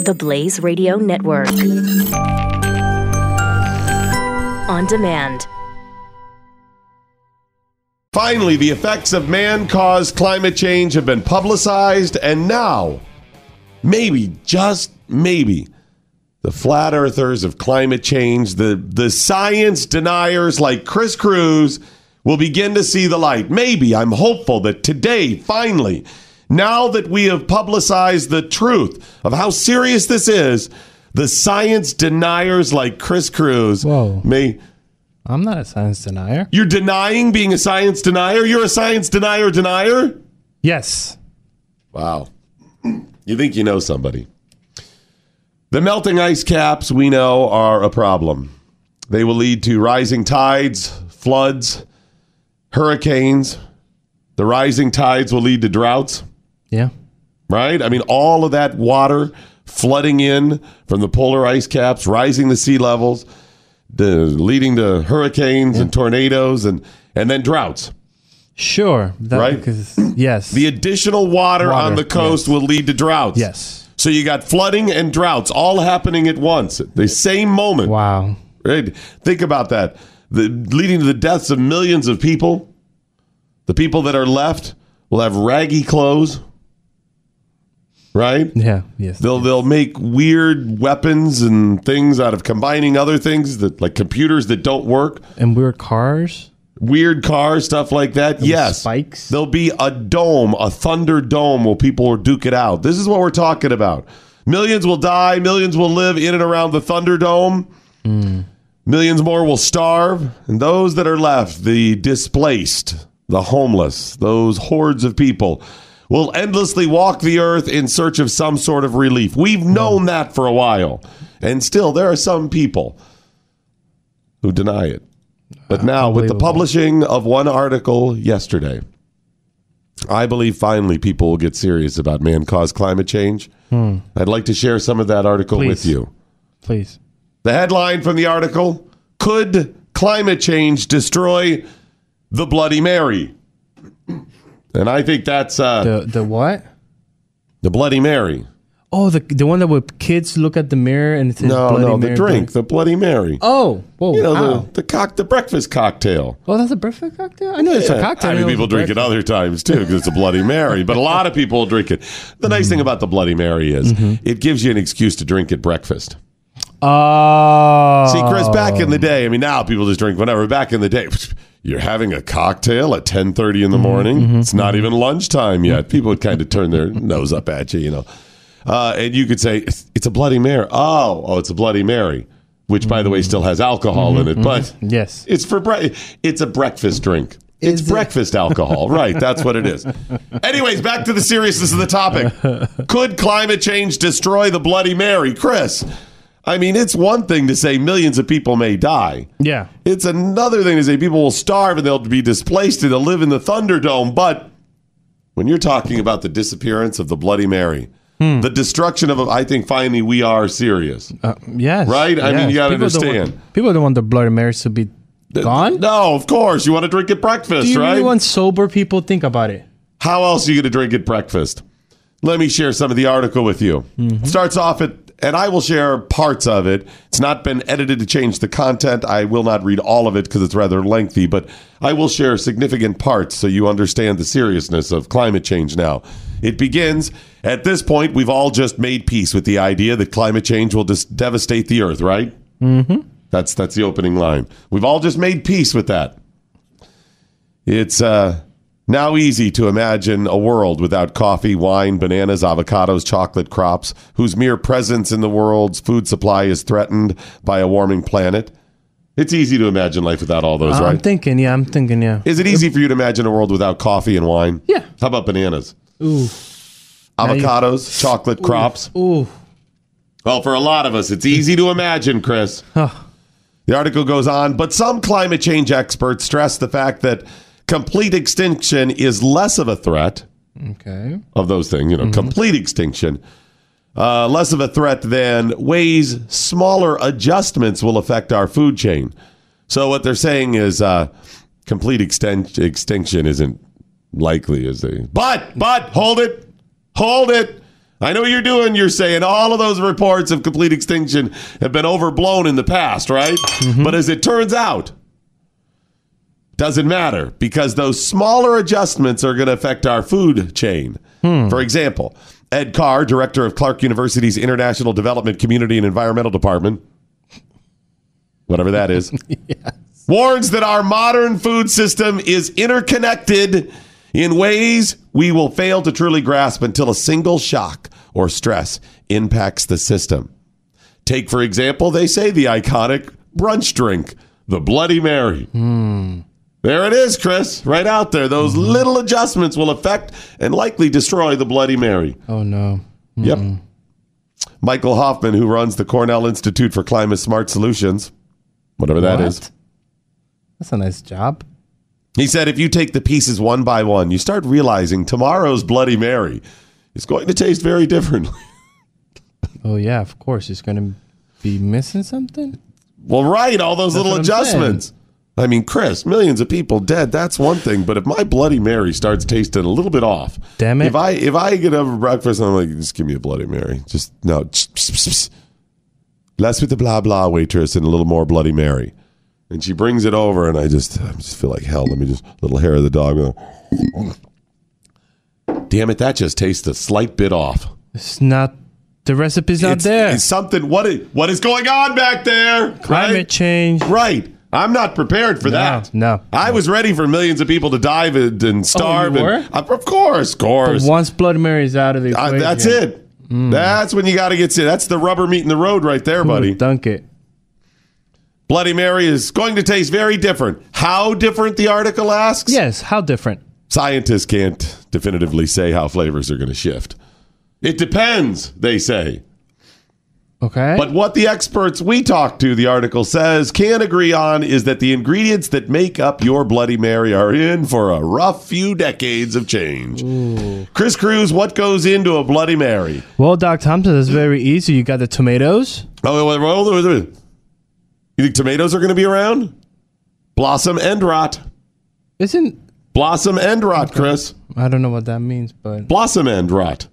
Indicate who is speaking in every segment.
Speaker 1: The Blaze Radio Network. On demand.
Speaker 2: Finally, the effects of man caused climate change have been publicized, and now, maybe, just maybe, the flat earthers of climate change, the, the science deniers like Chris Cruz, will begin to see the light. Maybe I'm hopeful that today, finally, now that we have publicized the truth of how serious this is, the science deniers like Chris Cruz
Speaker 3: Whoa.
Speaker 2: may
Speaker 3: I'm not a science denier.
Speaker 2: you're denying being a science denier? You're a science denier denier?
Speaker 3: Yes.
Speaker 2: Wow. You think you know somebody. The melting ice caps we know are a problem. They will lead to rising tides, floods, hurricanes. The rising tides will lead to droughts,
Speaker 3: Yeah.
Speaker 2: right? I mean, all of that water flooding in from the polar ice caps, rising the sea levels, the, leading to hurricanes and tornadoes and, and then droughts.
Speaker 3: Sure. That,
Speaker 2: Right?
Speaker 3: Because, yes.
Speaker 2: The additional water,
Speaker 3: Water,
Speaker 2: on the coast will lead to droughts.
Speaker 3: yes.
Speaker 2: So you got flooding and droughts all happening at once, at the same moment.
Speaker 3: Wow.
Speaker 2: Right? Think about that. The, leading to the deaths of millions of people. The people that are left will have raggy clothes. Right?
Speaker 3: Yeah. Yes.
Speaker 2: They'll they'll make weird weapons and things out of combining other things that like computers that don't work,
Speaker 3: and weird cars.
Speaker 2: weird cars, stuff like that. yes.
Speaker 3: Spikes.
Speaker 2: There'll be a dome, a thunder dome where people will duke it out. This is what we're talking about. Millions will die, millions will live in and around the Thunderdome. Millions more will starve, and those that are left, the displaced, the homeless, those hordes of people, will endlessly walk the earth in search of some sort of relief. We've known that for a while, and still there are some people who deny it. But now, with the
Speaker 3: Unbelievable.
Speaker 2: publishing of one article yesterday, I believe finally people will get serious about man caused climate change. I'd like to share some of that article with
Speaker 3: Hmm. Please.
Speaker 2: you.
Speaker 3: Please.
Speaker 2: The headline from the article Could climate change destroy the Bloody Mary? And I think that's uh,
Speaker 3: The the what?
Speaker 2: the Bloody Mary.
Speaker 3: Oh, the the one that would kids look at the mirror and it says
Speaker 2: No,
Speaker 3: Bloody
Speaker 2: no,
Speaker 3: Mary
Speaker 2: the drink,
Speaker 3: Bloody-
Speaker 2: the Bloody Mary.
Speaker 3: Oh, whoa!
Speaker 2: you know,
Speaker 3: wow.
Speaker 2: the, the, cock, the breakfast cocktail.
Speaker 3: oh, that's a breakfast cocktail. I know it's a
Speaker 2: Yeah.
Speaker 3: cocktail.
Speaker 2: I mean, people drink it other times too because it's a Bloody Mary, but a lot of people drink it. The
Speaker 3: Hmm.
Speaker 2: nice thing about the Bloody Mary is
Speaker 3: Mm-hmm.
Speaker 2: it gives you an excuse to drink at breakfast.
Speaker 3: Oh,
Speaker 2: See, Chris, back in the day, I mean, now people just drink whatever. Back in the day, you're having a cocktail at 10.30 in the morning. It's not even lunchtime yet. People would kind of turn their nose up at you, you know. Uh, and you could say, it's it's a Bloody Mary. Oh, oh, it's a Bloody Mary, which, by the way, still has alcohol in it.
Speaker 3: mm-hmm.
Speaker 2: But
Speaker 3: Yes.
Speaker 2: it's for bre- It's a breakfast drink. It's
Speaker 3: Is it?
Speaker 2: breakfast alcohol, right? That's what it is. Anyways, back to the seriousness of the topic. Could climate change destroy the Bloody Mary, Chris? I mean, it's one thing to say millions of people may die.
Speaker 3: Yeah.
Speaker 2: It's another thing to say people will starve and they'll be displaced and they'll live in the Thunderdome. But when you're talking about the disappearance of the Bloody Mary,
Speaker 3: Hmm.
Speaker 2: the destruction of, I think finally we are serious.
Speaker 3: Uh, yes.
Speaker 2: Right? I mean,
Speaker 3: yes.
Speaker 2: you gotta
Speaker 3: People don't want-
Speaker 2: understand.
Speaker 3: people don't want the Bloody Marys to be gone.
Speaker 2: No, of course. You want to drink at breakfast,
Speaker 3: Do you
Speaker 2: right?
Speaker 3: really want sober people to think about it?
Speaker 2: How else are you going to drink at breakfast? Let me share some of the article with you. Starts off at, and I will share parts of it. It's not been edited to change the content. I will not read all of it because it's rather lengthy, but I will share significant parts so you understand the seriousness of climate change now. It begins at this point, we've all just made peace with the idea that climate change will just devastate the earth, right? Mm-hmm. That's, that's the opening line. We've all just made peace with that. It's uh, now easy to imagine a world without coffee, wine, bananas, avocados, chocolate crops, whose mere presence in the world's food supply is threatened by a warming planet. It's easy to imagine life without all those,
Speaker 3: I'm
Speaker 2: right?
Speaker 3: thinking, yeah, I'm thinking, yeah.
Speaker 2: is it easy for you to imagine a world without coffee and wine?
Speaker 3: Yeah.
Speaker 2: How about bananas,
Speaker 3: Ooh, you-
Speaker 2: avocados, chocolate crops?
Speaker 3: ooh,
Speaker 2: Well, for a lot of us, it's easy to imagine, Chris.
Speaker 3: Huh.
Speaker 2: The article goes on, but some climate change experts stress the fact that complete extinction is less of a threat
Speaker 3: okay.
Speaker 2: of those things, you know, complete extinction, uh, less of a threat than ways smaller adjustments will affect our food chain. So what they're saying is uh, complete exten- extinction isn't likely, is they? But but hold it, hold it. I know what you're doing. You're saying all of those reports of complete extinction have been overblown in the past, right? But as it turns out, doesn't matter because those smaller adjustments are going to affect our food chain. For example, Ed Carr, director of Clark University's International Development Community and Environmental Department, whatever that is, warns that our modern food system is interconnected in ways we will fail to truly grasp until a single shock or stress impacts the system. Take, for example, they say the iconic brunch drink, the Bloody Mary. There it is, Chris, right out there. Those little adjustments will affect and likely destroy the Bloody Mary.
Speaker 3: Oh no.
Speaker 2: Yep. Michael Hoffman, who runs the Cornell Institute for Climate Smart Solutions, whatever that
Speaker 3: What?
Speaker 2: is,
Speaker 3: That's a nice job.
Speaker 2: he said if you take the pieces one by one, you start realizing tomorrow's Bloody Mary is going to taste very differently.
Speaker 3: Oh yeah, of course. It's gonna be missing something.
Speaker 2: well, right, all those little
Speaker 3: what I'm saying.
Speaker 2: adjustments. I mean, Chris, millions of people dead, that's one thing, but if my Bloody Mary starts tasting a little bit off,
Speaker 3: Damn it.
Speaker 2: If I if I get up for breakfast and I'm like, just give me a Bloody Mary. Just no. Less with the blah blah waitress and a little more Bloody Mary. And she brings it over and I just I just feel like hell. Let me just little hair of the dog. Damn it, that just tastes a slight bit off.
Speaker 3: It's not the recipe's not
Speaker 2: it's,
Speaker 3: there.
Speaker 2: it's something what is what is going on back there?
Speaker 3: Climate
Speaker 2: right?
Speaker 3: change.
Speaker 2: Right. I'm not prepared for that.
Speaker 3: no.
Speaker 2: I was ready for millions of people to dive and, and starve.
Speaker 3: Oh, you
Speaker 2: and- of course, of course.
Speaker 3: Once Blood Mary is out of the
Speaker 2: I-
Speaker 3: equation,
Speaker 2: that's it.
Speaker 3: Hmm.
Speaker 2: That's when you got to get to. That's the rubber meeting the road right there,
Speaker 3: who would
Speaker 2: buddy.
Speaker 3: Dunk it.
Speaker 2: Bloody Mary is going to taste very different. How different, the article asks?
Speaker 3: Yes. How different?
Speaker 2: Scientists can't definitively say how flavors are going to shift. It depends, they say.
Speaker 3: Okay.
Speaker 2: But what the experts we talked to, the article says, can agree on is that the ingredients that make up your Bloody Mary are in for a rough few decades of change. Chris Cruz, what goes into a Bloody Mary?
Speaker 3: well, Doc Thompson, that's very easy. You got the tomatoes.
Speaker 2: Oh, wait, wait, wait, wait, wait, wait. You think tomatoes are going to be around? Blossom and rot.
Speaker 3: Isn't
Speaker 2: Blossom and rot, Chris.
Speaker 3: I don't know what that means, but
Speaker 2: Blossom end rot.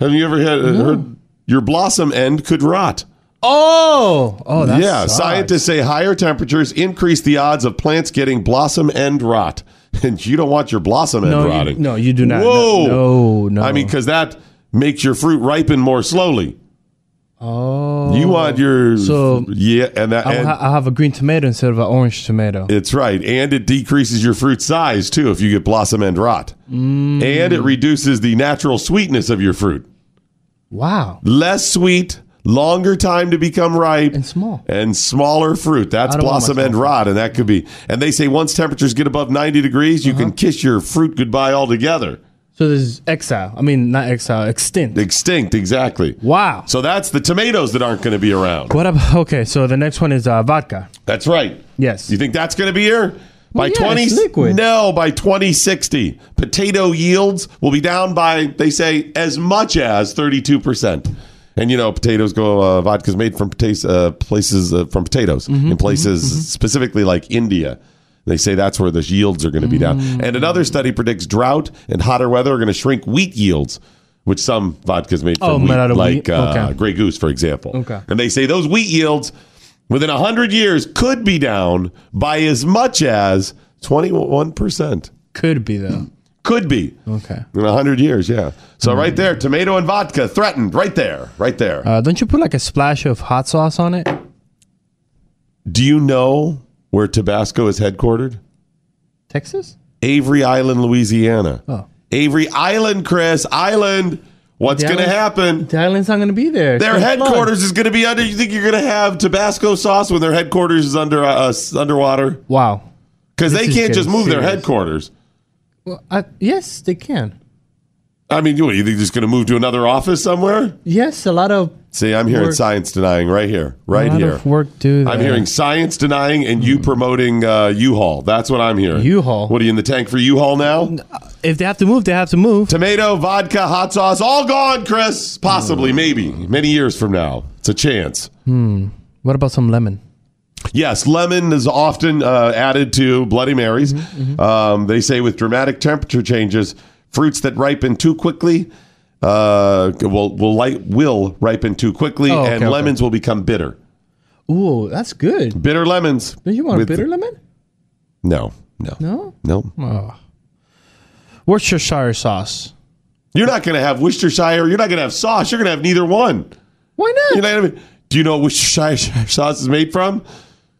Speaker 2: Have you ever had, uh, heard your blossom end could rot?
Speaker 3: oh, oh, that
Speaker 2: yeah,
Speaker 3: sucks.
Speaker 2: scientists say higher temperatures increase the odds of plants getting blossom end rot, and you don't want your blossom end
Speaker 3: No, you-
Speaker 2: rotting.
Speaker 3: no, you do not.
Speaker 2: Whoa,
Speaker 3: No, no.
Speaker 2: I mean, because that makes your fruit ripen more slowly.
Speaker 3: Oh,
Speaker 2: You want your
Speaker 3: So-
Speaker 2: yeah, and that
Speaker 3: I'll,
Speaker 2: and
Speaker 3: ha- I'll have a green tomato instead of an orange tomato.
Speaker 2: it's right, and it decreases your fruit size too if you get blossom end rot,
Speaker 3: Mm.
Speaker 2: and it reduces the natural sweetness of your fruit.
Speaker 3: wow,
Speaker 2: Less sweet, longer time to become ripe,
Speaker 3: and small.
Speaker 2: and smaller fruit. That's
Speaker 3: I don't want
Speaker 2: blossom
Speaker 3: my
Speaker 2: end
Speaker 3: small
Speaker 2: rot, and that could be. And they say once temperatures get above 90 degrees, you can
Speaker 3: Uh-huh.
Speaker 2: kiss your fruit goodbye altogether.
Speaker 3: So this is exile. I mean, not exile, extinct.
Speaker 2: Extinct, exactly.
Speaker 3: wow.
Speaker 2: So that's the tomatoes that aren't going to be around.
Speaker 3: What about? Okay, so the next one is uh, vodka.
Speaker 2: That's right.
Speaker 3: Yes.
Speaker 2: You think that's going to be here? By
Speaker 3: Well, yeah,
Speaker 2: 20
Speaker 3: it's liquid.
Speaker 2: No, by 2060, potato yields will be down by they say as much as 32%. And you know, potatoes go uh, vodka's made from pota- uh, places uh, from potatoes
Speaker 3: Mm-hmm,
Speaker 2: in places specifically like India. They say that's where the yields are going to be down.
Speaker 3: Mm.
Speaker 2: And another study predicts drought and hotter weather are going to shrink wheat yields, which some vodka's made from
Speaker 3: Oh,
Speaker 2: wheat,
Speaker 3: made out of
Speaker 2: like
Speaker 3: wheat.
Speaker 2: Uh,
Speaker 3: Okay.
Speaker 2: Grey Goose, for example.
Speaker 3: Okay.
Speaker 2: And they say those wheat yields within 100 years could be down by as much as 21%.
Speaker 3: Could be though.
Speaker 2: Could be.
Speaker 3: Okay.
Speaker 2: In 100 years, yeah. So right there, tomato and vodka threatened. Right there. Right there.
Speaker 3: Hmm. Uh, don't you put like a splash of hot sauce on it?
Speaker 2: Do you know where Tabasco is headquartered?
Speaker 3: Texas?
Speaker 2: Avery Island, Louisiana.
Speaker 3: Oh.
Speaker 2: Avery Island, Chris. Island. What's
Speaker 3: The
Speaker 2: going to
Speaker 3: island-
Speaker 2: happen?
Speaker 3: The island's not going to be there. It's
Speaker 2: Their
Speaker 3: gonna flood.
Speaker 2: headquarters is going to be under. You think you're going to have Tabasco sauce when their headquarters is under uh, s- underwater?
Speaker 3: Wow.
Speaker 2: Because
Speaker 3: This
Speaker 2: they
Speaker 3: is
Speaker 2: can't just
Speaker 3: getting
Speaker 2: move their
Speaker 3: serious.
Speaker 2: headquarters.
Speaker 3: Well, I, yes, they can.
Speaker 2: I mean, what, you think they're just going to move to another office somewhere?
Speaker 3: Yes, a lot of
Speaker 2: See, I'm hearing
Speaker 3: Work.
Speaker 2: science denying right here, right
Speaker 3: lot
Speaker 2: here.
Speaker 3: of work do.
Speaker 2: I'm
Speaker 3: there.
Speaker 2: hearing science denying and you promoting uh, U-Haul. That's what I'm hearing.
Speaker 3: Hmm. U-Haul?
Speaker 2: What are you in the tank for U-Haul now?
Speaker 3: if they have to move, they have to move.
Speaker 2: Tomato, vodka, hot sauce, all gone, Chris. Possibly,
Speaker 3: Mm.
Speaker 2: maybe, many years from now. It's a chance.
Speaker 3: What about some lemon?
Speaker 2: Yes, lemon is often uh, added to Bloody Marys.
Speaker 3: Mm-hmm,
Speaker 2: Um, they say with dramatic temperature changes, fruits that ripen too quickly uh, will will light will ripen too quickly,
Speaker 3: Oh, okay,
Speaker 2: and
Speaker 3: okay.
Speaker 2: lemons will become bitter.
Speaker 3: Ooh, that's good.
Speaker 2: Bitter lemons.
Speaker 3: Don't you want
Speaker 2: with-
Speaker 3: bitter lemon?
Speaker 2: No, no,
Speaker 3: No.
Speaker 2: no.
Speaker 3: Oh. Worcestershire sauce.
Speaker 2: You're not going to have Worcestershire. You're not going to have sauce. You're going to have neither one.
Speaker 3: Why not?
Speaker 2: You know what I mean? Do you know what Worcestershire sauce is made from?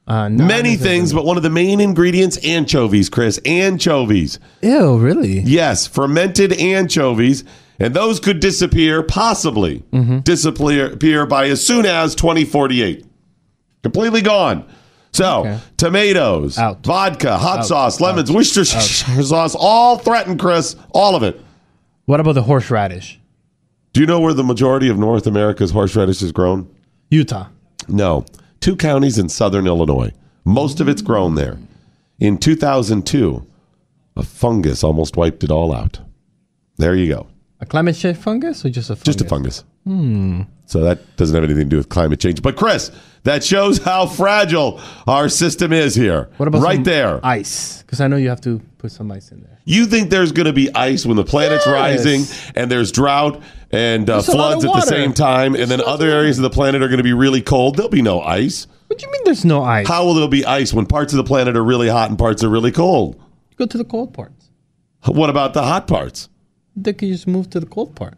Speaker 3: uh, no,
Speaker 2: Many
Speaker 3: I don't
Speaker 2: things, but one of the main ingredients, anchovies, Chris. Anchovies.
Speaker 3: think- Ew, really?
Speaker 2: Yes, fermented anchovies. And those could disappear, possibly
Speaker 3: Mm-hmm.
Speaker 2: disappear appear by as soon as 2048. Completely gone. So,
Speaker 3: Okay.
Speaker 2: tomatoes,
Speaker 3: Out.
Speaker 2: vodka, hot
Speaker 3: Out.
Speaker 2: sauce, lemons, Worcestershire sauce, all threatened, Chris. All of it.
Speaker 3: What about the horseradish?
Speaker 2: Do you know where the majority of North America's horseradish is grown?
Speaker 3: Utah.
Speaker 2: No, two counties in southern Illinois. Most of it's grown there. In 2002, a fungus almost wiped it all out. There you go.
Speaker 3: A climate change fungus or just a fungus? Hmm.
Speaker 2: Just a fungus. So that doesn't have anything to do with climate change. But Chris, that shows how fragile our system is here.
Speaker 3: What about
Speaker 2: right
Speaker 3: some
Speaker 2: there?
Speaker 3: Ice, because I know you have to put some ice in there.
Speaker 2: You think there's going to be ice when the planet's
Speaker 3: Yes.
Speaker 2: rising and there's drought and uh,
Speaker 3: There's a lot
Speaker 2: floods
Speaker 3: of
Speaker 2: at the
Speaker 3: water.
Speaker 2: same time, and then other areas of the planet are going to be really cold? There'll be no ice.
Speaker 3: What do you mean? There's no ice?
Speaker 2: How will there be ice when parts of the planet are really hot and parts are really cold?
Speaker 3: Go to the cold parts.
Speaker 2: What about the hot parts?
Speaker 3: They can just move to the cold part.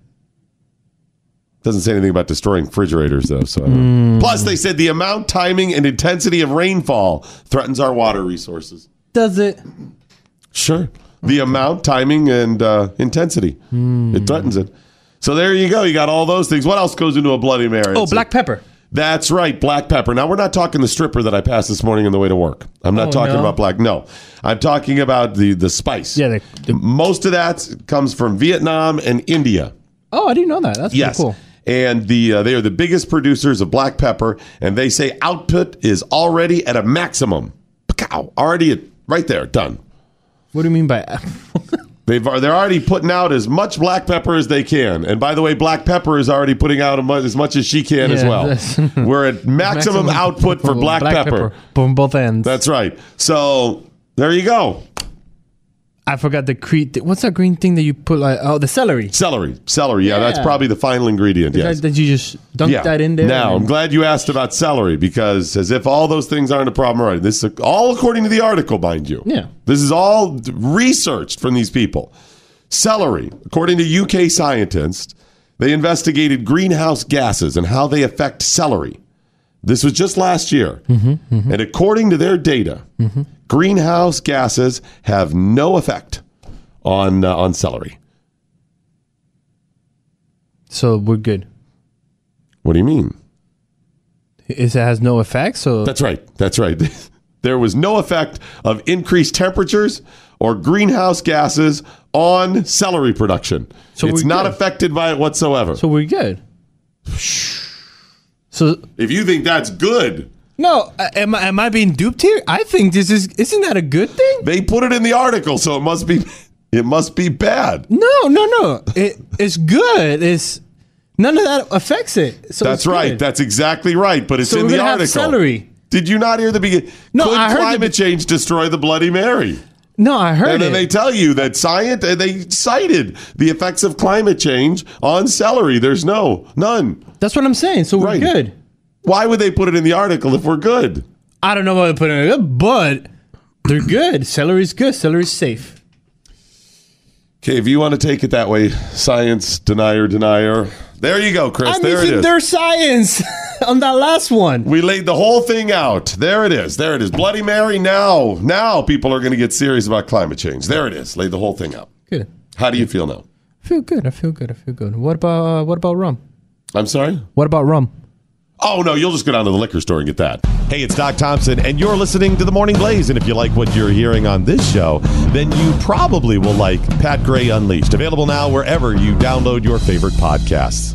Speaker 2: Doesn't say anything about destroying refrigerators, though. So, I don't know. plus they said the amount, timing, and intensity of rainfall threatens our water resources.
Speaker 3: Does it?
Speaker 2: Sure, the amount, timing, and uh, intensity it threatens it. So there you go. You got all those things. What else goes into a Bloody Mary?
Speaker 3: Oh,
Speaker 2: It's-
Speaker 3: black pepper.
Speaker 2: That's right, black pepper. Now we're not talking the stripper that I passed this morning on the way to work. I'm not
Speaker 3: Oh,
Speaker 2: talking
Speaker 3: no?
Speaker 2: about black. No, I'm talking about the the spice.
Speaker 3: Yeah. The, the,
Speaker 2: Most of that comes from Vietnam and India.
Speaker 3: oh, I didn't know that. That's pretty
Speaker 2: Yes.
Speaker 3: cool.
Speaker 2: And the uh, they are the biggest producers of black pepper, and they say output is already at a maximum. Pow, already at, right there, done.
Speaker 3: What do you mean by?
Speaker 2: They've uh, they're already putting out as much black pepper as they can. And by the way, black pepper is already putting out a mu- as much as she can as
Speaker 3: Yeah,
Speaker 2: well.
Speaker 3: that's-
Speaker 2: We're at maximum, output for black, pepper.
Speaker 3: from both ends.
Speaker 2: That's right. So there you go.
Speaker 3: I forgot the cre- th- What's that green thing that you put like? Oh, the celery.
Speaker 2: Celery, celery. Yeah, that's
Speaker 3: Yeah.
Speaker 2: probably the final ingredient. Yes.
Speaker 3: That, that you just dunk that in there.
Speaker 2: Now, I'm
Speaker 3: and-
Speaker 2: glad you asked about celery because as if all those things aren't a problem already. This is all according to the article, mind you.
Speaker 3: Yeah.
Speaker 2: This is all researched from these people. Celery, according to UK scientists, they investigated greenhouse gases and how they affect celery. This was just last year.
Speaker 3: Mm-hmm,
Speaker 2: And according to their data, greenhouse gases have no effect on uh, on celery.
Speaker 3: so we're good.
Speaker 2: What do you mean?
Speaker 3: Is it has no effect? So
Speaker 2: That's right. That's right. there was no effect of increased temperatures or greenhouse gases on celery production.
Speaker 3: So
Speaker 2: it's
Speaker 3: we're
Speaker 2: not
Speaker 3: good.
Speaker 2: affected by it whatsoever.
Speaker 3: so we're good. So
Speaker 2: if you think that's good,
Speaker 3: No, uh, am I, am I being duped here? I think this is isn't that a good thing?
Speaker 2: they put it in the article, so it must be it must be bad.
Speaker 3: No, no, no. It it's good. It's none of that affects it. So
Speaker 2: That's
Speaker 3: it's
Speaker 2: right.
Speaker 3: good.
Speaker 2: That's exactly right. But it's
Speaker 3: So
Speaker 2: in
Speaker 3: we're
Speaker 2: the
Speaker 3: gonna have
Speaker 2: article.
Speaker 3: celery.
Speaker 2: Did you not hear the beginning?
Speaker 3: No,
Speaker 2: Could
Speaker 3: I heard the
Speaker 2: climate
Speaker 3: be-
Speaker 2: change destroy the Bloody Mary?
Speaker 3: no, I heard
Speaker 2: And then
Speaker 3: it.
Speaker 2: they tell you that science, and they cited the effects of climate change on celery. There's no, none.
Speaker 3: That's what I'm saying. So we're
Speaker 2: Right.
Speaker 3: good.
Speaker 2: Why would they put it in the article if we're good?
Speaker 3: I don't know what to put in it, but they're good. Celery's good. Celery's safe.
Speaker 2: Okay, if you want to take it that way, science denier denier. There you go, Chris.
Speaker 3: I'm
Speaker 2: there it
Speaker 3: using
Speaker 2: is.
Speaker 3: their science on that last one.
Speaker 2: we laid the whole thing out. There it is. There it is. Bloody Mary. Now, now people are going to get serious about climate change. There it is. Laid the whole thing out.
Speaker 3: Good.
Speaker 2: How do you feel now?
Speaker 3: I feel good. I feel good. I feel good. What about uh, what about rum?
Speaker 2: I'm sorry.
Speaker 3: What about rum?
Speaker 2: Oh, no, you'll just go down to the liquor store and get that. Hey, it's Doc Thompson, and you're listening to The Morning Blaze. And if you like what you're hearing on this show, then you probably will like Pat Gray Unleashed, available now wherever you download your favorite podcasts.